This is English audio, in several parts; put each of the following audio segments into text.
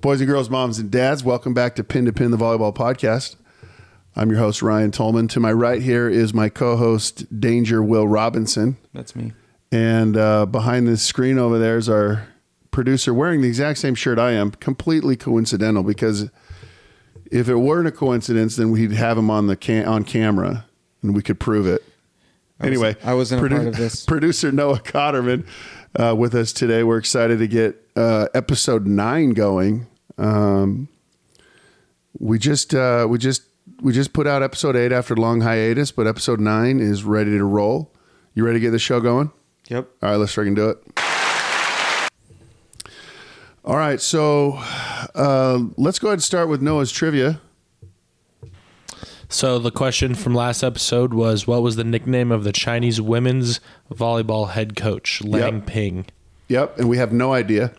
Boys and girls, moms and dads, welcome back to Pin to Pin, the volleyball podcast. I'm your host, Ryan Tolman. To my right here is my co host, Danger Will Robinson. That's me. And uh, behind this screen over there is our producer wearing the exact same shirt I am. Completely coincidental because if it weren't a coincidence, then we'd have him on the cam- on camera and we could prove it. was- anyway, I wasn't a part of this. Producer Noah Cotterman uh, with us today. We're excited to get uh, episode nine going. Um, we just uh, we just we just put out episode eight after a long hiatus, but episode nine is ready to roll. You ready to get the show going? Yep. All right, let's freaking do it. All right, so uh, let's go ahead and start with Noah's trivia. So the question from last episode was, what was the nickname of the Chinese women's volleyball head coach, Lang Yep. Ping? Yep, and we have no idea.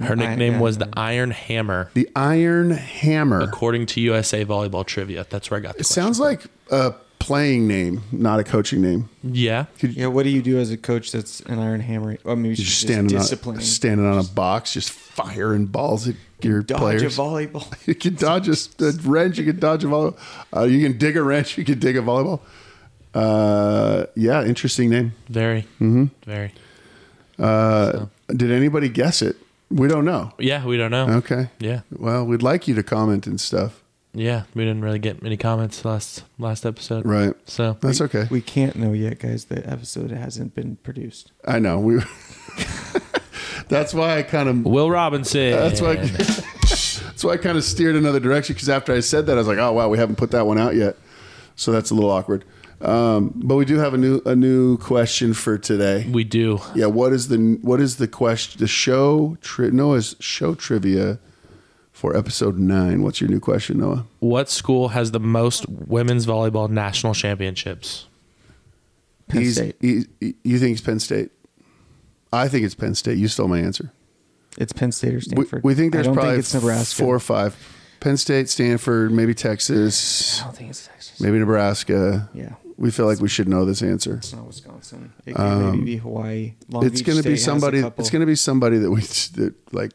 Her I- nickname yeah. was the Iron Hammer, The Iron Hammer. according to USA Volleyball Trivia. That's where I got the It question. sounds like a playing name, not a coaching name. yeah. Yeah. What do you do as a coach that's an iron hammer? I mean, you You're just should standing on, just discipline. standing on a box, just firing balls at your Dodge players. a volleyball. you can dodge a, a wrench. You can dodge a volleyball. Uh, you can dig a wrench. You can dig a volleyball. Uh, yeah, interesting name. Very. Mm-hmm. Very. Uh, Did anybody guess it? We don't know. Yeah, we don't know. Okay. Yeah. Well, we'd like you to comment and stuff. Yeah. We didn't really get many comments last last episode. Right. So That's okay. We can't know yet, guys. The episode hasn't been produced. I know. We. that's why I kind of. Will Robinson. That's why. that's why I kind of steered another direction because after I said that, I was like, "Oh wow, we haven't put that one out yet," so that's a little awkward. Um, but we do have a new a new question for today. we do. Yeah, what is the what is the question? The show tri- Noah's show trivia for episode nine. What's your new question, Noah? What school has the most women's volleyball national championships? Penn He's- State. he- he- you think it's Penn State? I think it's Penn State. You stole my answer. It's Penn State or We, Stanford. we think there's I don't probably think it's Nebraska. four or five. Penn State, Stanford, maybe Texas, I don't think it's Texas. maybe Nebraska. Yeah. We feel like we should know this answer. It's not Wisconsin. It could maybe be Hawaii. Long Um, It's Beach going to State be has a somebody. couple. It's going to be somebody that we that like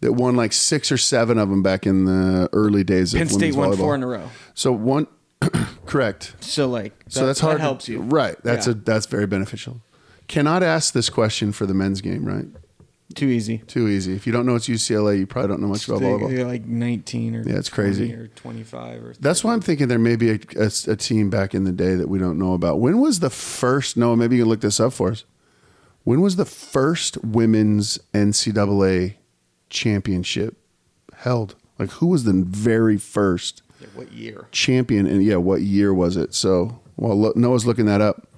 that won like six or seven of them back in the early days of Penn State women's won volleyball. four in a row. So one, correct. So like, so that's hard. That to- helps you, right? That's Yeah. a that's very beneficial. Cannot ask this question for the men's game, right? too easy. Too easy. If you don't know it's UCLA, you probably don't know much about They- volleyball. They're like 19 or Yeah, it's crazy. 20 or 25 or That's why I'm thinking there may be a, a- a team back in the day that we don't know about. When was the first? Noah, maybe you can look this up for us. When was the first women's NCAA championship held? Like, who was the very first Yeah, what year? champion? And yeah, what year was it? So, while lo- Noah's looking that up,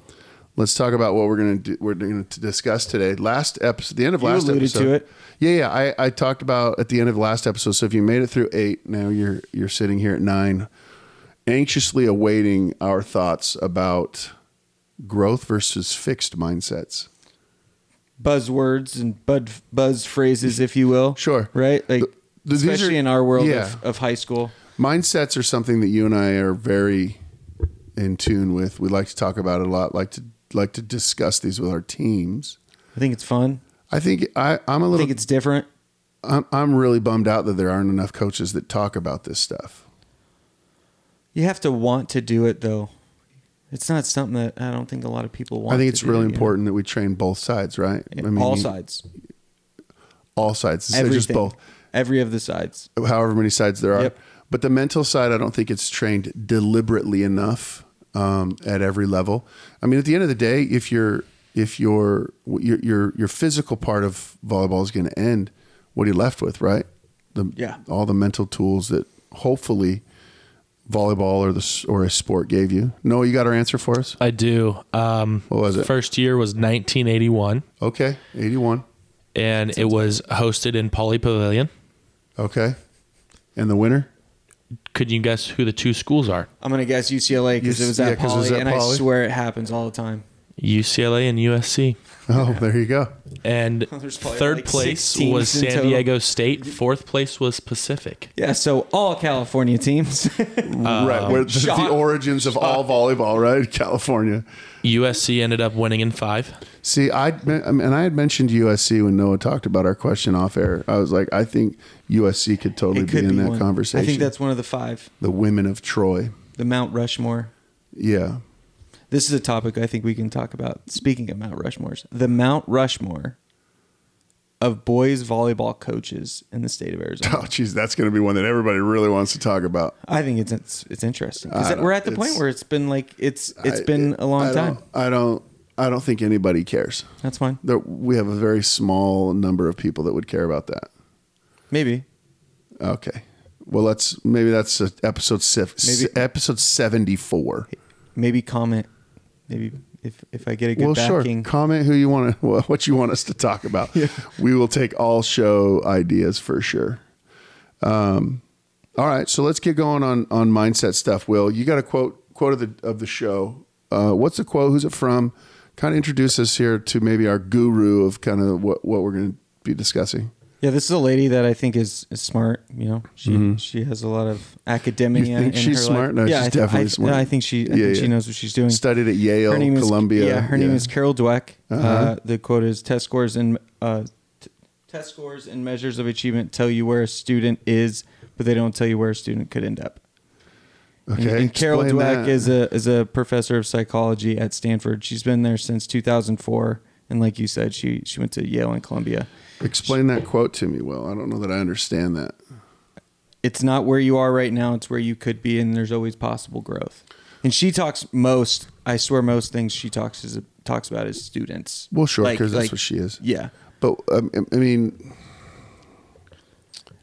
let's talk about what we're gonna do. We're gonna t- discuss today. Last episode, the end of You last alluded episode. to it. Yeah, yeah. I, I talked about at the end of last episode. So if you made it through eight, now you're you're sitting here at nine, anxiously awaiting our thoughts about growth versus fixed mindsets. Buzzwords and bud, buzz phrases, if you will. Sure. Right? Like, Th- these are- especially in our world yeah. of, of high school. Mindsets are something that you and I are very in tune with. We like to talk about it a lot. Like to like to discuss these with our teams. I think it's fun. I think I, I'm a I little. think it's different. I'm I'm really bummed out that there aren't enough coaches that talk about this stuff. You have to want to do it, though. It's not something that I don't think a lot of people want. I think to it's do, really you know? important that we train both sides, right? I All you- sides. all sides, instead of Everything. just both, Every of the sides. however many sides there are. Yep. But the mental side, I don't think it's trained deliberately enough um, at every level. I mean, at the end of the day, if your if your your your your physical part of volleyball is going to end, what are you left with, right? The, Yeah. all the mental tools that hopefully volleyball or the s- or a sport gave you. No, you got our answer for us. I do. Um, What was it? First year was 1981, Okay, eighty-one. and it was hosted in Pauley Pavilion. Okay, and the winner. Could you guess who the two schools are? I'm going to guess UCLA because You- it was yeah, at 'cause it was Poly, at and Poly. I swear it happens all the time. UCLA and USC. Oh, there you go. And There's probably third like six place teams was in San total. Diego State. Fourth place was Pacific. Yeah, so all California teams. Um, right, where the, shock. the origins of all volleyball, right? California. USC ended up winning in five. See, I and I had mentioned USC when Noah talked about our question off air. I was like, I think USC could totally It could be in be that one. conversation. I think that's one of the five. the women of Troy. The Mount Rushmore. Yeah, This is a topic I think we can talk about. Speaking of Mount Rushmores, the Mount Rushmore of boys volleyball coaches in the state of Arizona. Oh, geez, that's going to be one that everybody really wants to talk about. I think it's it's, it's interesting I because don't- we're at the point it's- where it's been like it's It's it's been a long time. I don't. I don't think anybody cares. That's fine. There, we have a very small number of people that would care about that. Maybe Okay. Well, let's maybe that's uh, episode six, Maybe- episode seventy four. maybe comment. Maybe if if I get a good Well, backing. sure. Comment who you want to, what you want us to talk about. We will take all show ideas for sure. Um, all right, so let's get going on on mindset stuff. Will you got a quote quote of the of the show? Uh, what's the quote? Who's it from? Kind of introduce us here to maybe our guru of kind of what what we're going to be discussing. Yeah, this is a lady that I think is, is smart. You know, she she has a lot of academia. Mm-hmm. You think in she's her smart? No, Life. yeah, she's I thi- definitely I, smart. I think she I Yeah, think yeah. she knows what she's doing. Studied at Yale, Mm. her name Columbia. Is, yeah, her Yeah. name Uh-huh. is Carol Dweck. uh the quote is: "Test scores and uh, t- test scores and measures of achievement tell you where a student is, but they don't tell you where a student could end up." And- Okay, And, Carol explain Dweck that. is a is a professor of psychology at Stanford. She's been there since 2004, and like you said, she she went to Yale and Columbia. Explain that quote to me, Will. I don't know that I understand that. it's not where you are right now it's where you could be and there's always possible growth and she talks most i swear most things she talks is talks about is students Well, sure, Like- because that's like- what she is. yeah But um, I- I mean, no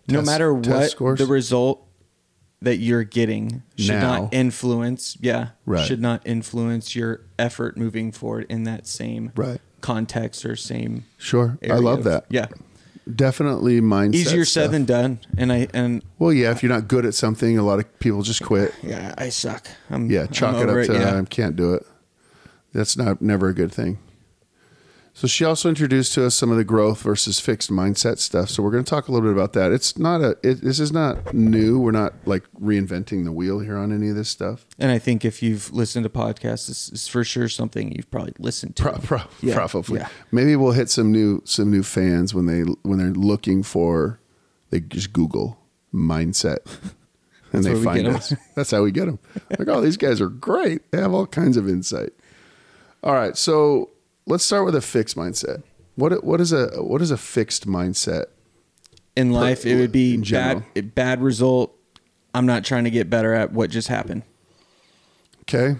Test- matter test what scores? the result that you're getting should Now. not influence yeah Right. should not influence your effort moving forward in that same Right. context or same sure, I area love of- that. yeah Definitely mindset. easier stuff. said than done and i and Well, yeah, if you're not good at something, a lot of people just quit. yeah i suck i'm Yeah, I'm chalk it up over to yeah. I can't do it. That's not never a good thing. So she also introduced to us some of the growth versus fixed mindset stuff. So we're going to talk a little bit about that. It's not a it, this is not new. We're not like reinventing the wheel here on any of this stuff. And I think if you've listened to podcasts, this is for sure something you've probably listened to. Pro- pro- Yeah, Probably. yeah. Maybe we'll hit some new some new fans when they when they're looking for they just Google mindset and where they we find get 'em. us. That's how we get them. Like, oh, these guys are great. They have all kinds of insight. All right, so let's start with a fixed mindset. What what is a what is a fixed mindset? In life, it would be in general. bad, bad result. I'm not trying to get better at what just happened. Okay.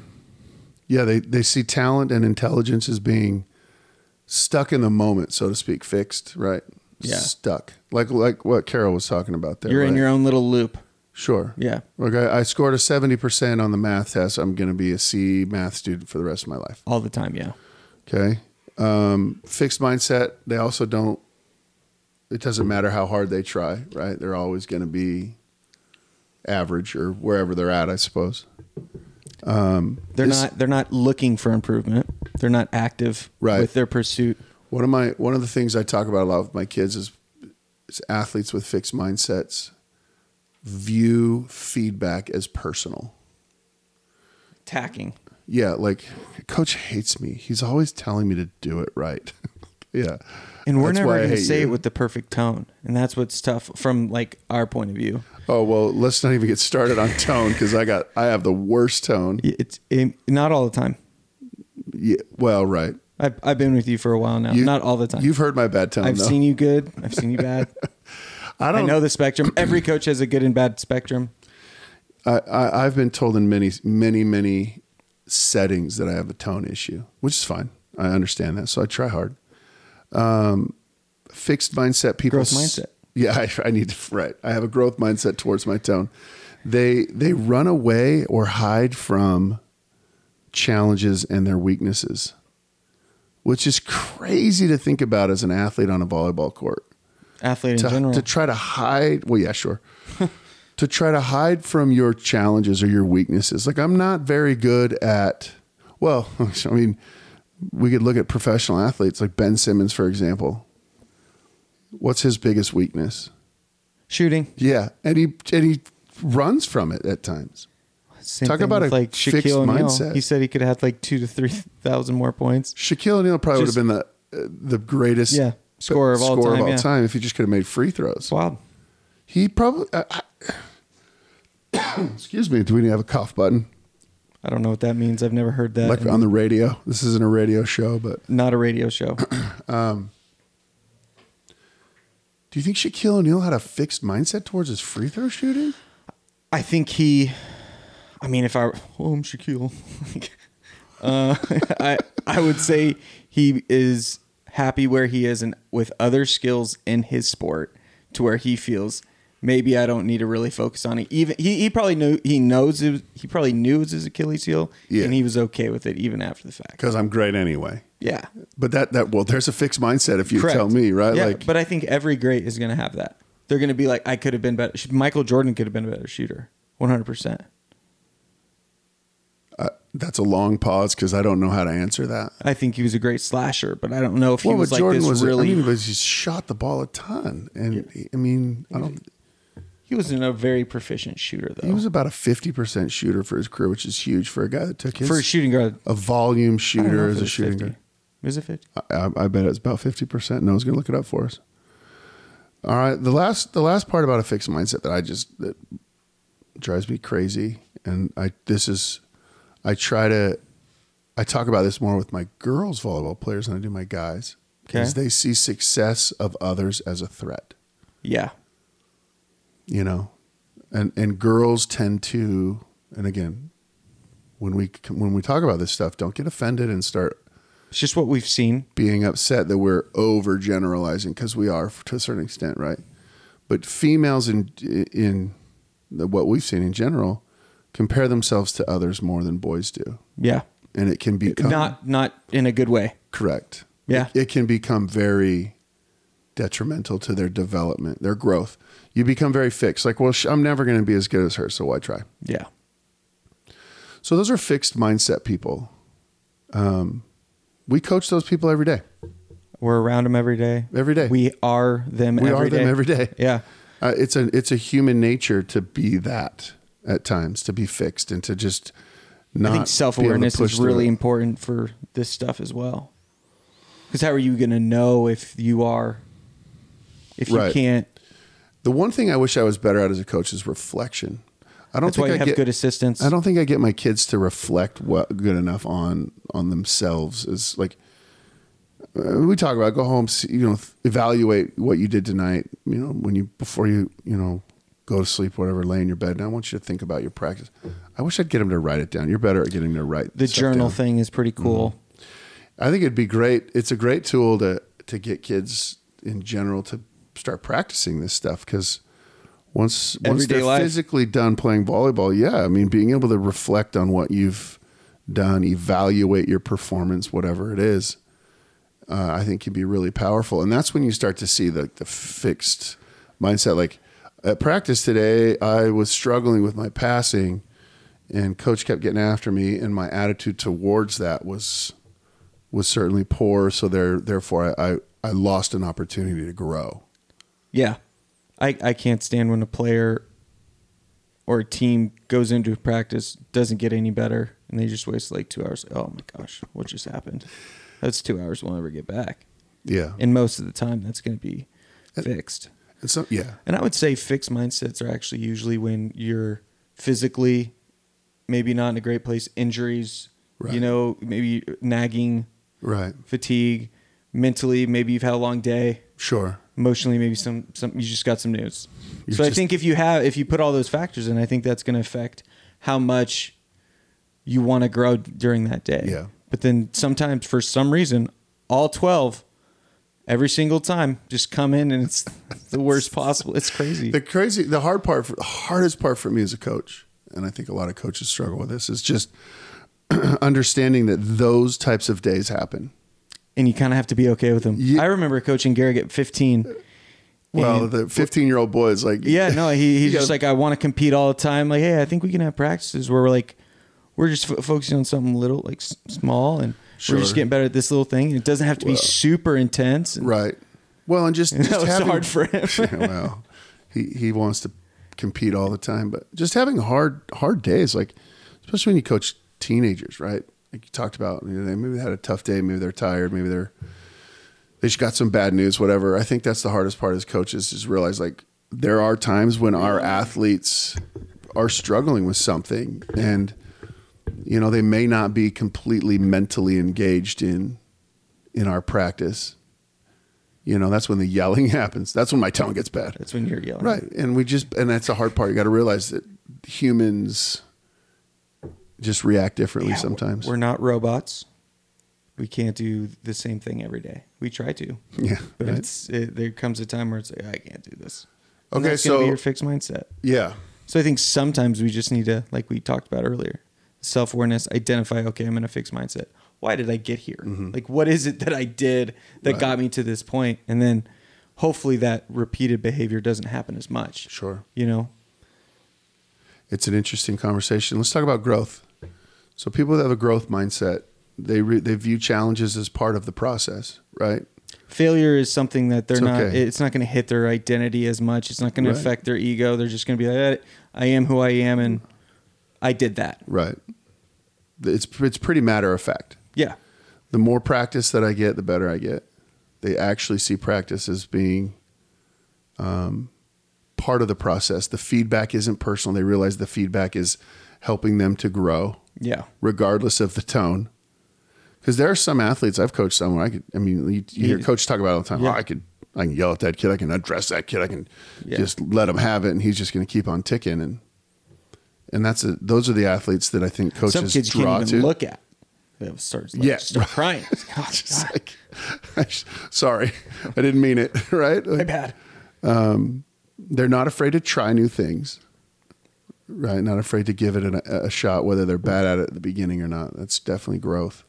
Yeah, they they see talent and intelligence as being stuck in the moment, so to speak, fixed, right? Yeah. Stuck. Like like what Carol was talking about there. You're in right? your own little loop. Sure. Yeah. Okay. I scored a 70% on the math test. I'm going to be a C math student for the rest of my life. All the time. Yeah. Okay. Um, fixed mindset. They also don't, it doesn't matter how hard they try, right? They're always going to be average or wherever they're at, I suppose. They're This- not they're not looking for improvement. They're not active Right. with their pursuit. One of my one of the things I talk about a lot with my kids is, is athletes with fixed mindsets view feedback as personal. Tacking. Yeah, like coach hates me. He's always telling me to do it right. yeah. And we're That's why never I going to hate say you. it with the perfect tone. And that's what's tough from like our point of view. Oh well, let's not even get started on tone because I got I have the worst tone. Y- It's it, not all the time. Yeah, well, right. I've, I've been with you for a while now. You- not all the time. You've heard my bad tone. I've though. seen you good. I've seen you bad. I I don't know the spectrum. Every coach has a good and bad spectrum. I, I I've been told in many many many settings that I have a tone issue, which is fine. I understand that, so I try hard. Um, fixed mindset people. Growth mindset. Yeah, I, I need to right. I have a growth mindset towards my tone. They they run away or hide from challenges and their weaknesses, which is crazy to think about as an athlete on a volleyball court Athlete in to, general. to try to hide. Well, yeah, sure. to try to hide from your challenges or your weaknesses. Like I'm not very good at. Well, I mean, we could look at professional athletes like Ben Simmons, for example. What's his biggest weakness? Shooting. Yeah, and he and he runs from it at times. Same Talk thing about with, a like fixed Shaquille O'Neal. mindset. He said he could have had like two to three thousand more points. Shaquille O'Neal probably Just- would have been the uh, the greatest Yeah, scorer of all scorer time, yeah. time if he just could have made free throws. It's wild. He probably. I, I- excuse me. Do we have a cough button? I don't know what that means. I've never heard that. Like in- on the radio. This isn't a radio show, but not a radio show. do you think Shaquille O'Neal had a fixed mindset towards his free throw shooting? I think he. I mean, if I oh, I'm Shaquille. Like, uh, I I would say he is happy where he is and with other skills in his sport to where he feels maybe I don't need to really focus on it. Even he, he probably knew he knows it was, he probably knew it was his Achilles heel Yeah. and he was okay with it even after the fact. Because I'm great anyway. Yeah. But that that well, there's a fixed mindset if you Correct. tell me, right? Yeah, like but I think every great is going to have that. They're going to be like, I could have been better. Michael Jordan could have been a better shooter, one hundred percent. that's a long pause because I don't know how to answer that. I think he was a great slasher, but I don't know if he Well, was but like Jordan this was really. I mean, but he shot the ball a ton, and he- I mean, I don't. he was not a very proficient shooter, though. He was about a fifty percent shooter for his career, which is huge for a guy that took his for a shooting guard. a volume I don't know shooter if it as a was shooting 50. guard. Was it fifty? I, I bet it's about fifty percent. No one's going to look it up for us. All right, the last the last part about a fixed mindset that I just that drives me crazy, and I this is I try to I talk about this more with my girls volleyball players than I do my guys because Okay. they see success of others as a threat, Yeah, you know, and and girls tend to and again when we when we talk about this stuff, don't get offended and start it's just what we've seen. being upset that we're over generalizing because we are to a certain extent, right? But females in in the, what we've seen in general compare themselves to others more than boys do, Yeah, and it can become not not in a good way. correct. Yeah. it, it can become very detrimental to their development, their growth. You become very fixed, like, well, sh- I'm never going to be as good as her, so why try? Yeah, So those are fixed mindset people. Um, we coach those people every day. we're around him every day. Every day. we are them. We every are them day. every day. Yeah, Uh, it's a it's a human nature to be that at times, to be fixed and to just not. I think self awareness be able to is push through really it. important for this stuff as well. Because how are you going to know if you are, if you Right. can't? The one thing I wish I was better at as a coach is reflection. I don't That's think why you I have get, good assistants. I don't think I get my kids to reflect well, good enough on on themselves. Is like uh, we talk about go home, see, you know, th- evaluate what you did tonight. You know, when you before you you know go to sleep, whatever, lay in your bed. And I want you to think about your practice. I wish I'd get them to write it down. You're better at getting them to write the stuff journal down. thing is pretty cool. Mm-hmm. I think it'd be great. It's a great tool to to get kids in general to start practicing this stuff because once once Everyday they're life. physically done playing volleyball, yeah, I mean, being able to reflect on what you've done, evaluate your performance, whatever it is, uh, I think can be really powerful. And that's when you start to see the the fixed mindset. Like at practice today, I was struggling with my passing. And coach kept getting after me, and my attitude towards that was was certainly poor. So there, therefore, I, I, I lost an opportunity to grow. Yeah. I, I can't stand when a player or a team goes into practice, doesn't get any better, and they just waste like two hours. Oh my gosh, what just happened? That's two hours we'll never get back. Yeah. And, And most of the time, that's going to be fixed. so, yeah. And I would say fixed mindsets are actually usually when you're physically maybe not in a great place, injuries, Right. you know, maybe nagging, Right. fatigue, mentally, maybe you've had a long day Sure. emotionally maybe some some you just got some news You've so i just- think if you have if you put all those factors in i think that's going to affect how much you want to grow during that day Yeah. but then sometimes for some reason all 12 every single time just come in and it's the worst possible it's crazy The crazy, the hard part, for, the hardest part for me as a coach, and I think a lot of coaches struggle with this, is just understanding that those types of days happen. and you kind of have to be okay with them Yeah. i remember coaching garrick at 15 Well, And- the 15 year old boy is like, Yeah, no, he, You he's gotta- just like, I want to compete all the time. Like, hey, I think we can have practices where we're like, we're just f- focusing on something little, like s- small, and we're just Sure. getting better at this little thing. It doesn't have to be super intense. And Right. Well, and just, That just was having- hard for him. well, he, he wants to compete all the time, but just having hard hard days, like especially when you coach teenagers, right? Like you talked about, you know, they maybe had a tough day, maybe they're tired, maybe they're they just got some bad news, whatever. I think that's the hardest part as coaches is realize like there are times when our athletes are struggling with something and you know they may not be completely mentally engaged in in our practice you know that's when the yelling happens that's when my tone gets bad That's when you're yelling. right and we just and that's the hard part you got to realize that humans just react differently Yeah, sometimes We're not robots. We can't do the same thing every day. We try to. yeah But right? it's it, there comes a time where it's like I can't do this. And Okay, that's gonna so- be your fixed mindset. yeah So I think sometimes we just need to, like we talked about earlier, self awareness, identify. Okay, I'm in a fixed mindset. Why did I get here? Like, what is it that I did that Mm-hmm. Right. got me to this point? And then, hopefully, that repeated behavior doesn't happen as much. Sure. You know, it's an interesting conversation. Let's talk about growth. So people that have a growth mindset, they re, they view challenges as part of the process, right? failure is something that they're It's not okay. it's not going to hit their identity as much it's not going Right. to affect their ego they're just going to be like "Eh, i am who i am and i did that Right. It's it's pretty matter of fact. yeah The more practice that I get, the better I get. They actually see practice as being um, part of the process. The feedback isn't personal. They realize the feedback is helping them to grow. yeah regardless of the tone. Because there are some athletes I've coached somewhere. I could, I mean, you, you hear Yeah. coaches talk about it all the time. Yeah. Oh, I could, I can yell at that kid. I can address that kid. I can Yeah. just let him have it, and he's just going to keep on ticking. And and that's a, those are the athletes that I think coaches some kids you draw can't even to. look at it starts like, Yeah. start crying oh, Just God, like, sorry, I didn't mean it. Right? my Like, bad they're not afraid to try new things. Right? Not afraid to give it an, a shot, whether they're bad at it at the beginning or not. That's definitely growth.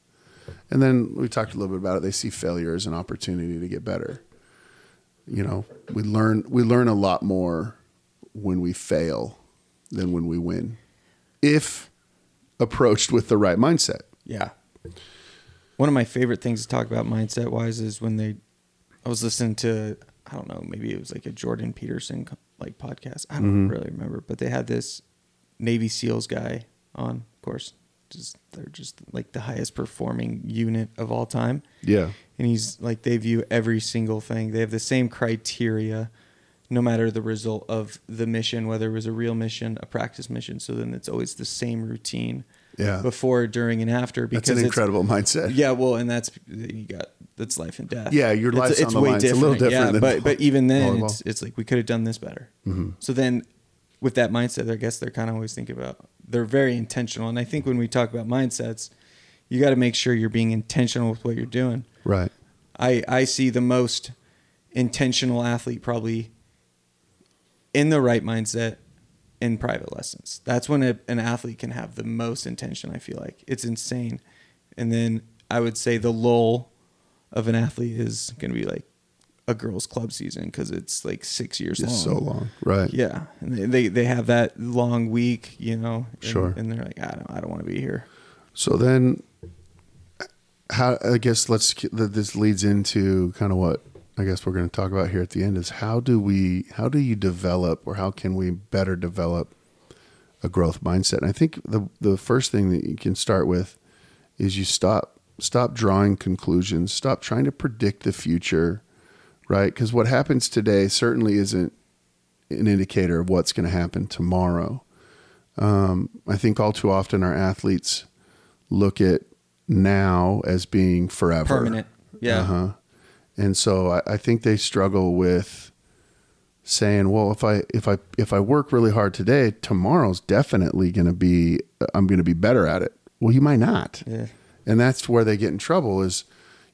And then we talked a little bit about it. They see failure as an opportunity to get better. You know, we learn we learn a lot more when we fail than when we win, if approached with the right mindset. Yeah. One of my favorite things to talk about mindset wise is when they, I was listening to, I don't know, maybe it was like a Jordan Peterson co- like podcast. I don't really remember, but they had this Navy SEALs guy on, of course. Just they're just like the highest performing unit of all time. Yeah. And he's like they view every single thing. They have the same criteria no matter the result of the mission, whether it was a real mission, a practice mission. So then it's always the same routine Yeah. before, during, and after That's because an it's- incredible mindset. yeah, well, and that's you got that's life and death. Yeah, your It's- life's it's, on the way line. It's a Different. little different Yeah, than but but even then, volleyball. Mm-hmm. it's, it's like we could have done this better. So then, with that mindset, I guess they're kind of always thinking about they're very intentional. And I think when we talk about mindsets, you got to make sure you're being intentional with what you're doing. Right. I I see the most intentional athlete probably in the right mindset in private lessons. That's when a, an athlete can have the most intention. I feel like it's insane. And then I would say the lull of an athlete is going to be like a girls' club season because it's like six years It's so long. long. Right. Yeah, and they, they they have that long week, you know. and- Sure. And they're like, I don't, I don't want to be here. So then, how I guess let's that this leads into kind of what I guess we're going to talk about here at the end is how do we how do you develop or how can we better develop a growth mindset? And I think the the first thing that you can start with is you stop stop drawing conclusions, stop trying to predict the future, right? Because what happens today certainly isn't an indicator of what's going to happen tomorrow. Um, I think all too often our athletes look at now as being forever Permanent. Yeah. Uh-huh. And so I, I think they struggle with saying, well, if I if I if I work really hard today, tomorrow's definitely going to be I'm going to be better at it. Well, you might not. Yeah. And that's where they get in trouble is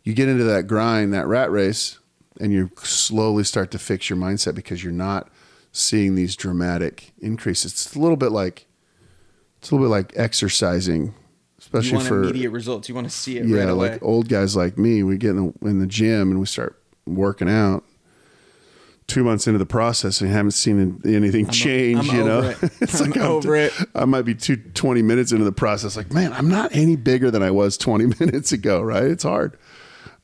you get into that grind, that rat race, and you slowly start to fix your mindset because you're not seeing these dramatic increases. It's a little bit like it's a little bit like exercising, You especially want for immediate results. You want to see it yeah, right away. like old guys like me, we get in the, in the gym and we start working out. Two months into the process, and you haven't seen anything change. I'm you know, over it. it's I'm like I'm- over it. I might be two, 20 minutes into the process. Like, man, I'm not any bigger than I was 20 minutes ago. Right? It's hard.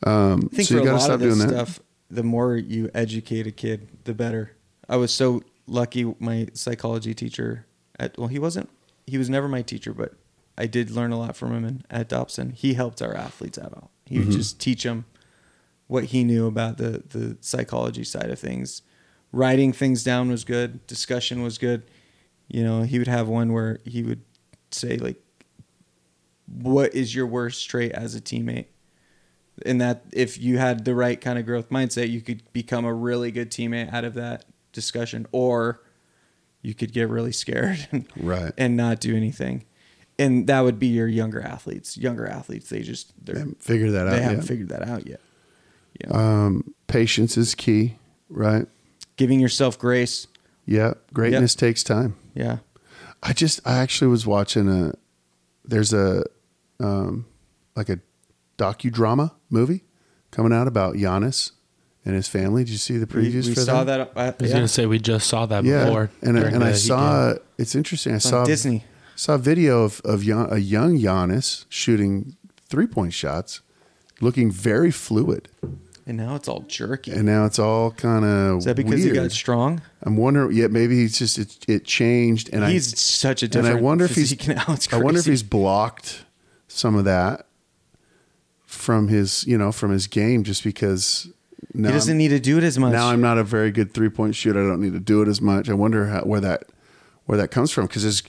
Um, I think so you for got a to lot stop of this doing that. stuff, the more you educate a kid, the better. I was so lucky my psychology teacher at well he wasn't he was never my teacher but I did learn a lot from him and at Dobson. He helped our athletes out. all. He Mm-hmm. would just teach them what he knew about the the psychology side of things. Writing things down was good. Discussion was good. You know, he would have one where he would say like, "What is your worst trait as a teammate?" And that if you had the right kind of growth mindset, you could become a really good teammate out of that discussion, or you could get really scared and, Right. and not do anything. And that would be your younger athletes. Younger athletes, they just they're, haven't figured that they out haven't yet. figured that out yet. Yeah. Um, Patience is key, right? Giving yourself grace. Yeah. Greatness takes time. Yeah. I just I actually was watching a there's a um like a docudrama movie coming out about Giannis and his family. Did you see the We, previews we for saw that. uh, I was yeah. gonna say we just saw that Yeah, before. and during and I the Heat game. saw it's interesting. I on saw Disney. saw a video of of Gian, a young Giannis shooting three point shots, looking very fluid, And now it's all jerky. and now it's all kind of Is that because weird. he got strong? I'm wondering. Yeah, maybe he's just it, it changed, and he's I such a and different. I wonder if he's physique now. It's I wonder if crazy. he's blocked some of that from his you know from his game just because now he doesn't I'm, need to do it as much. now I'm not a very good three point shooter. I don't need to do it as much. I wonder how, where that where that comes from because his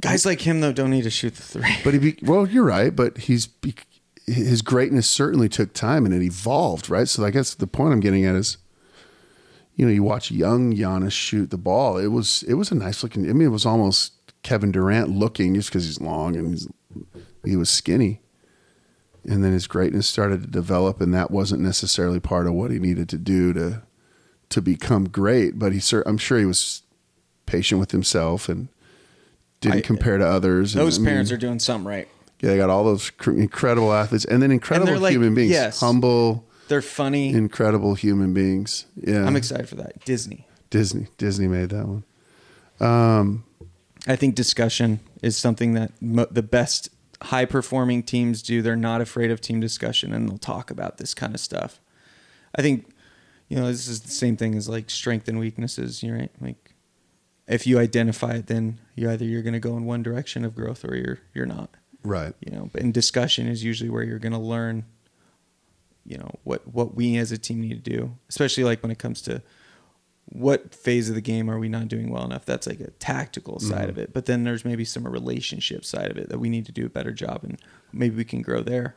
Guys like him though don't need to shoot the three. but he be, well you're right but he's be, his greatness certainly took time and it evolved right so I guess the point I'm getting at is. You know, you watch young Giannis shoot the ball. It was it was a nice looking. I mean, it was almost Kevin Durant looking, just because he's long and he's, he was skinny. and then his greatness started to develop and that wasn't necessarily part of what he needed to do to to become great but he cer- I'm sure he was patient with himself and didn't I- compare to others Those and, I mean, parents are doing something right. yeah, they got all those cr- incredible athletes and then incredible like, human beings yes. humble They're funny. incredible human beings yeah I'm excited for that. Disney. Disney Disney made that one I think discussion is something that mo- the best high performing teams do. They're not afraid of team discussion and they'll talk about this kind of stuff. I think, you know, this is the same thing as like strength and weaknesses, you know, right? Like if you identify it, then you either you're going to go in one direction of growth or you're, you're not, right you know, but in discussion is usually where you're going to learn, you know, what, what we as a team need to do, especially like when it comes to what phase of the game are we not doing well enough? That's like a tactical side of Mm-hmm. it. But then there's maybe some relationship side of it that we need to do a better job and maybe we can grow there.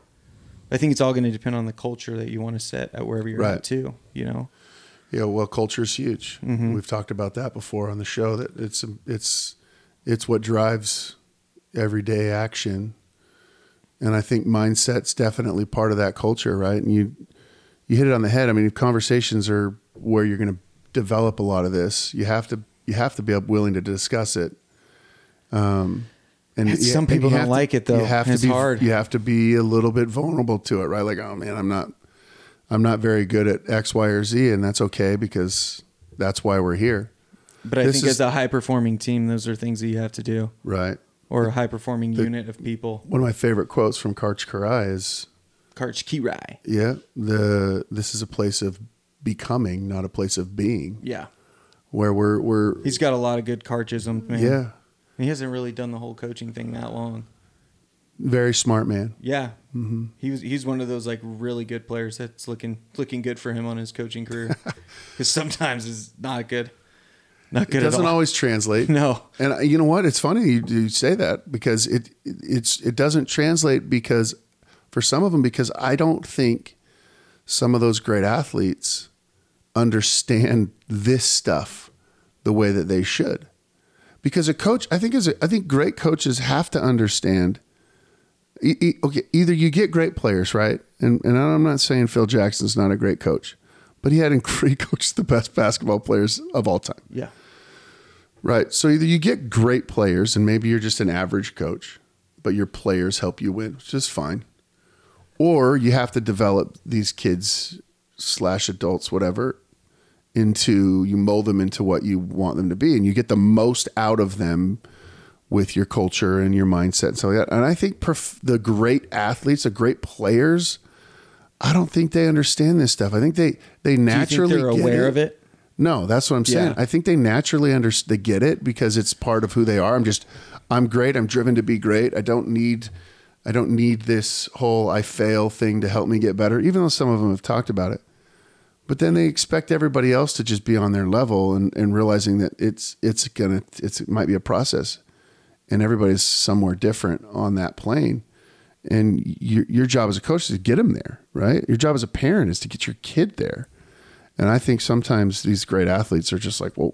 I think it's all going to depend on the culture that you want to set at wherever you're Right. at too, you know. Yeah, well, culture is huge. Mm-hmm. We've talked about that before on the show. That it's it's it's what drives everyday action, and I think mindset's definitely part of that culture, right? And you you hit it on the head. I mean, conversations are where you're going to develop a lot of this. You have to you have to be willing to discuss it. Um, and And you- some and you people don't have to- like it, though, You have and to it's be hard. you have to be a little bit vulnerable to it, right? Like, oh man, I'm not I'm not very good at X, Y, or Z, and that's okay because that's why we're here, But I This think is- as a high performing team, those are things that you have to do right? or a high performing unit of people. One of my favorite quotes from Karch Karai is, Karch Kirai. "Yeah, the this is a place of becoming, not a place of being, Yeah. where we're we're He's got a lot of good Karchism, man. yeah, And he hasn't really done the whole coaching thing that long. very smart man, Yeah, Mm-hmm. he was he's one of those like really good players that's looking looking good for him on his coaching career because sometimes it's not good, not It good at doesn't all. always translate. No. And uh, you know what? It's funny you, you say that because it it- it's it doesn't translate because for some of them because I don't think some of those great athletes understand this stuff the way that they should. Because a coach, I think is a, I think great coaches have to understand e- e- okay, either you get great players, right? And and I'm not saying Phil Jackson's not a great coach, but he had inc- he coached the best basketball players of all time. yeah, Right. So either you get great players and maybe you're just an average coach, but your players help you win, which is fine. Or you have to develop these kids slash adults, whatever, into you mold them into what you want them to be. And you get the most out of them with your culture and your mindset and stuff like that. And I think prof- the great athletes, the great players, I don't think they understand this stuff. I think they they do you think naturally they're get aware of it? No, that's what I'm saying. Yeah. I think they naturally under they get it because it's part of who they are. I'm just I'm great. I'm driven to be great. I don't need I don't need this whole I fail thing to help me get better, even though some of them have talked about it. But then they expect everybody else to just be on their level and, and realizing that it's it's gonna it's it might be a process and everybody's somewhere different on that plane. And your your job as a coach is to get them there, right? Your job as a parent is to get your kid there. And I think sometimes these great athletes are just like, well,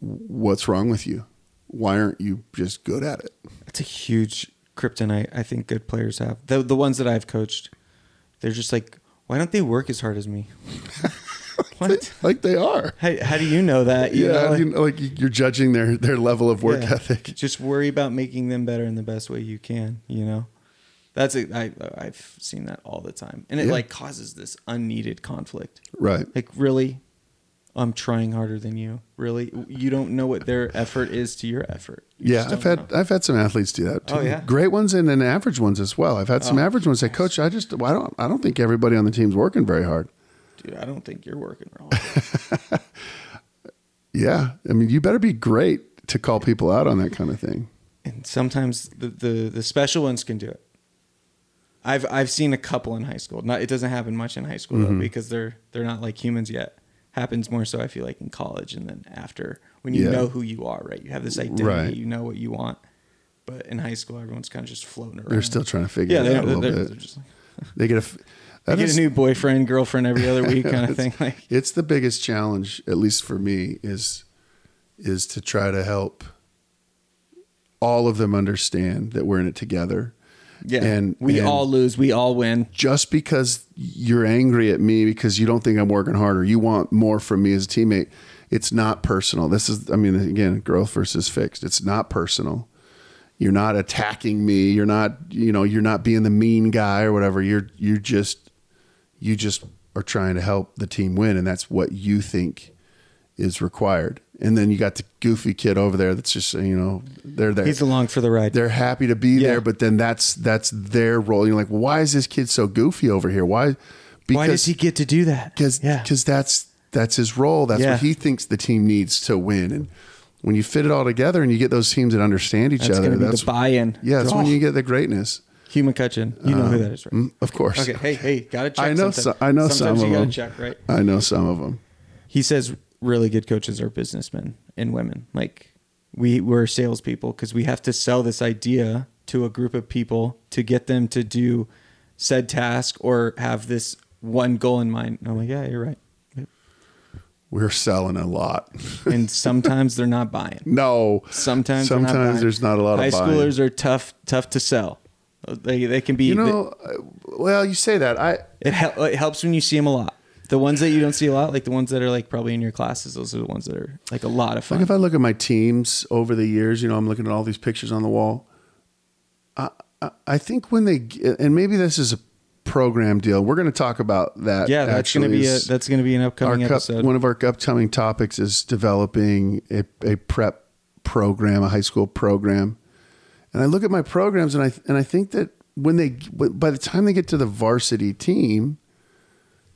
what's wrong with you? Why aren't you just good at it? That's a huge kryptonite. I think good players have the the ones that I've coached. They're just like, why don't they work as hard as me? what? Like they are. How, how do you know that? You yeah, know, like- you know, like you're judging their their level of work Yeah. ethic. Just worry about making them better in the best way you can. You know, that's it. I I've seen that all the time, and it Yeah. like causes this unneeded conflict. Right. Like really, I'm trying harder than you. Really, you don't know what their effort is to your effort. You Yeah, just I've don't had know. I've had some athletes do that too. Oh, yeah. Great ones and then average ones as well. I've had some Oh, average ones say, Coach, I just well, I don't I don't think everybody on the team's working very hard. Dude, I don't think you're working wrong. Yeah. I mean you better be great to call people out on that kind of thing. and sometimes the, the the special ones can do it. I've I've seen a couple in high school. Not it doesn't happen much in high school Mm-hmm. though because they're they're not like humans yet. Happens more so I feel like in college and then after when you Yeah. know who you are, right? You have this identity, Right. you know what you want. But in high school, everyone's kind of just floating around. They're still trying to figure yeah, it they out a little don't, they're, bit. they're just like, they get a f- they that get is- a new boyfriend, girlfriend every other week kind of thing. Like it's the biggest challenge at least for me is is to try to help all of them understand that we're in it together yeah, And- we and- all lose, we all win. just because you're angry at me because you don't think I'm working harder, you want more from me as a teammate. It's not personal. This is, I mean, again, growth versus fixed. It's not personal. You're not attacking me. You're not, you know, you're not being the mean guy or whatever. You're, you're just, you just are trying to help the team win, and that's what you think is required. And then you got the goofy kid over there that's just, you know, they're there He's along for the ride. they're happy to be Yeah. there, but then that's that's their role. You're like, why is this kid so goofy over here? Why? Because, Why does he get to do that? Because yeah. that's that's his role. That's Yeah. what he thinks the team needs to win. And when you fit it all together and you get those teams that understand each that's other, gonna be that's the buy-in. yeah, that's when Oh. you get the greatness. Hugh McCutcheon. You know who that is, right? Mm, Of course. Okay, hey, hey, gotta check. I know. sometime. So, I know Sometimes some you of gotta them. check, right? I know some of them. He says really good coaches are businessmen and women. Like we we're salespeople because we have to sell this idea to a group of people to get them to do said task or have this one goal in mind. And I'm like, yeah, you're right. Yep. We're selling a lot. And sometimes they're not buying. no. Sometimes they're not sometimes buying. there's not a lot High of buying. schoolers are tough tough to sell. They they can be. You know. uh, Well, you say that. I It, hel- it helps when you see them a lot. The ones that you don't see a lot, like the ones that are like probably in your classes, those are the ones that are like a lot of fun. Like if I look at my teams over the years, you know, I'm looking at all these pictures on the wall. I I, I think when they g- and maybe this is a program deal. We're going to talk about that. yeah, that's gonna actually be a is- that's gonna be an upcoming our cup- episode. one of our upcoming topics is developing a, a prep program, a high school program. And I look at my programs and I and I think that when they by the time they get to the varsity team,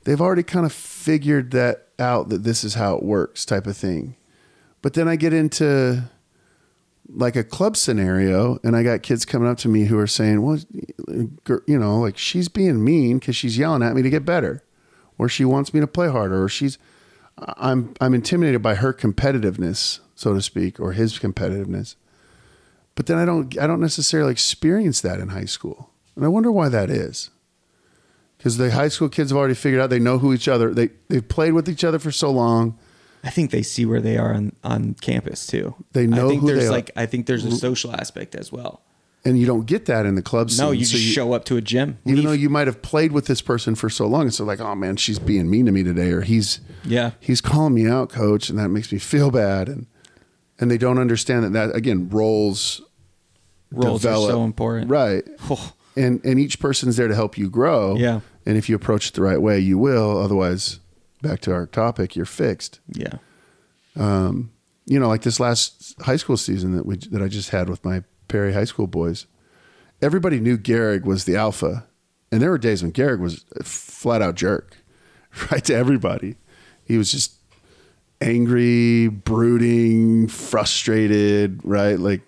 they've already kind of figured that out that this is how it works type of thing. But then I get into like a club scenario and I got kids coming up to me who are saying, well, gir- you know, like she's being mean because she's yelling at me to get better or she wants me to play harder or she's, I'm, I'm intimidated by her competitiveness, so to speak, or his competitiveness. But then I don't, I don't necessarily experience that in high school. And I wonder why that is. Because the high school kids have already figured out they know who each other, they, they've played with each other for so long. I think they see where they are on on campus too. They know I think who there's they are. like I think there's a social aspect as well. And you don't get that in the club scene. No, you So just show up to a gym. even leave. though you might have played with this person for so long, it's so like, oh man, she's being mean to me today, or he's Yeah. he's calling me out, coach, and that makes me feel bad, and and they don't understand that that again roles roles develop. are so important. right? Oh, And and each person's there to help you grow, Yeah. And if you approach it the right way, you will. Otherwise, back to our topic, you're fixed. yeah. Um, You know, like this last high school season that we that I just had with my Perry High School boys, everybody knew Garrig was the alpha, and there were days when Garrig was a flat out jerk, right to everybody. He was just angry, brooding, frustrated, right? Like,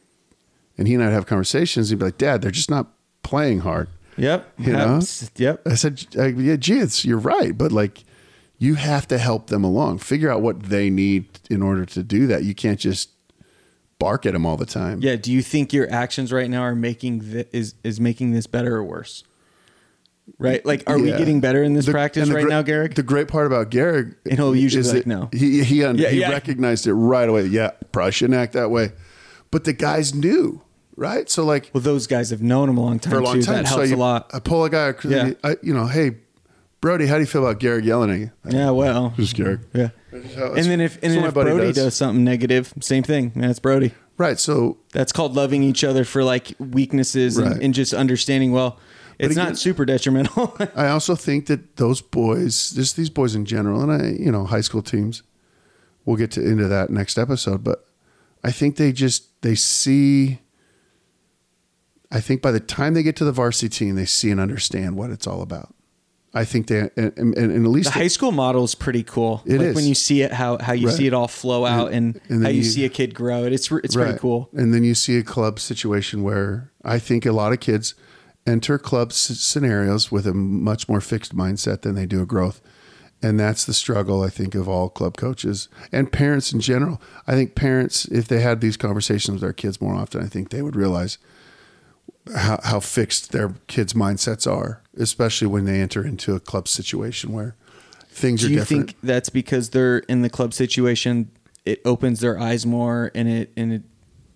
and he and I'd have conversations. He'd be like, Dad, they're just not playing hard. Yep. You know? Happens. Yep. I said, uh, yeah, gee, it's, you're right. But like, you have to help them along, figure out what they need in order to do that. You can't just bark at them all the time. Yeah. Do you think your actions right now are making thi- is is making this better or worse? Right. Like, are we Yeah. getting better in this The- practice and the right gre- now, Garrick? The great part about Garrick, And he'll usually is be like, that "No." He he, un- Yeah, he yeah. recognized it right away. Yeah, probably shouldn't act that way. But the guys knew, right? So like well, those guys have known him a long time for a long too. time, That so helps you, a lot. I pull a guy, Yeah. I, you know, hey, Brody, how do you feel about Garrick yelling at you? yeah. Well. Just Garrick. Yeah. how- And then if that's and then what if my buddy Brody does. does. something negative, same thing. Man, it's Brody. Right. So That's called loving each other for like weaknesses Right. and, and just understanding. Well, it's again- not super detrimental. I also think that those boys, just these boys in general, and I, you know, high school teams, we'll get to into that next episode. But I think they just they see. I think by the time they get to the varsity team, they see and understand what it's all about. I think they, and, and, and at the least high school model is pretty cool. It like is. when you see it, how how you Right. see it all flow out and, and then how you, you- see a kid grow. It, it's re- it's pretty cool. And then you see a club situation where I think a lot of kids enter club s- scenarios with a much more fixed mindset than they do a growth. And that's the struggle, I think, of all club coaches and parents in general. I think parents, if they had these conversations with their kids more often, I think they would realize how, how fixed their kids' mindsets are, especially when they enter into a club situation where things Do are you different. think that's because they're in the club situation? It opens their eyes more, and it and it,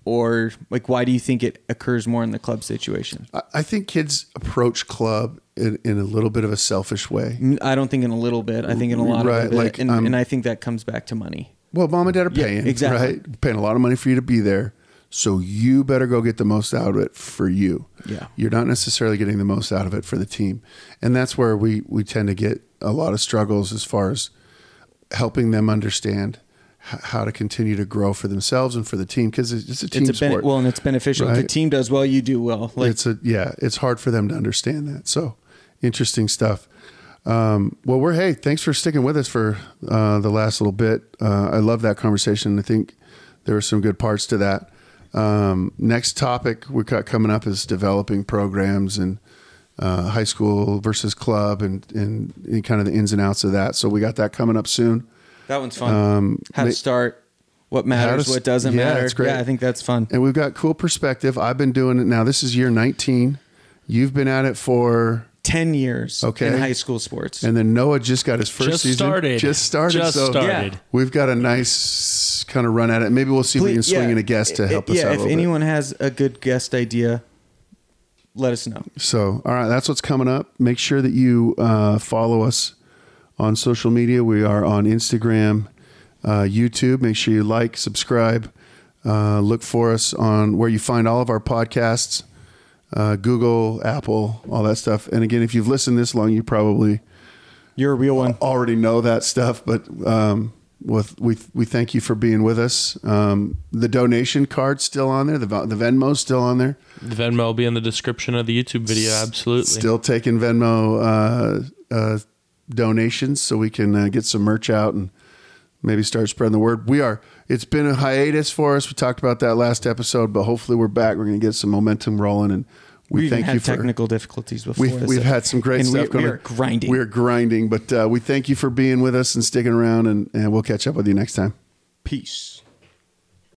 or like why do you think it occurs more in the club situation? I- I think kids approach club in, in a little bit of a selfish way. Mm, I don't think in a little bit. I think in a lot Right, of it, like, and, um, and I think that comes back to money. Well, mom and dad are Yeah, paying, exactly. right? Paying a lot of money for you to be there. So you better go get the most out of it for you. Yeah. You're not necessarily getting the most out of it for the team. And that's where we we tend to get a lot of struggles as far as helping them understand h- how to continue to grow for themselves and for the team because it's it's a team It's a sport. ben- well, and it's beneficial. If the Right. team does well, you do well. Like it's a yeah, it's hard for them to understand that. So interesting stuff. Um, well, we're hey, thanks for sticking with us for uh, the last little bit. Uh, I love that conversation. I think there were some good parts to that. Um, next topic we got coming up is developing programs and uh, high school versus club and, and and kind of the ins and outs of that. So we got that coming up soon. that one's fun. how ma- to start, what matters, um, to s- what doesn't yeah, matter. it's great. Yeah, I think that's fun. And we've got cool perspective. I've been doing it now. This is year 19. You've been at it for Ten years, Okay. in high school sports. And then Noah just got his first Just season. started. Just started. Just so started. Yeah. We've got a nice kind of run at it. Maybe we'll see if we can Please- swing yeah. in a guest to I- help I- us yeah, out. a if little bit. anyone has a good guest idea, let us know. So, all right, that's what's coming up. Make sure that you uh, follow us on social media. We are on Instagram, uh, YouTube. Make sure you like, subscribe, uh, look for us on where you find all of our podcasts uh, Google, Apple, all that stuff. And again, if you've listened this long, you probably. You're a real one. already know that stuff, but um, with, we we thank you for being with us. Um, the donation card's still on there. The Ven- the Venmo's still on there. The Venmo will be in the description of the YouTube video. Absolutely. Still taking Venmo uh, uh, donations so we can uh, get some merch out and maybe start spreading the word. We are. It's been a hiatus for us. We talked about that last episode, but hopefully we're back. We're going to get some momentum rolling, and we, We, even thank had you for technical difficulties before. We've, this, we've so- had some great and stuff we, going. We are grinding. We're grinding, but uh, we thank you for being with us and sticking around, and, and we'll catch up with you next time. Peace.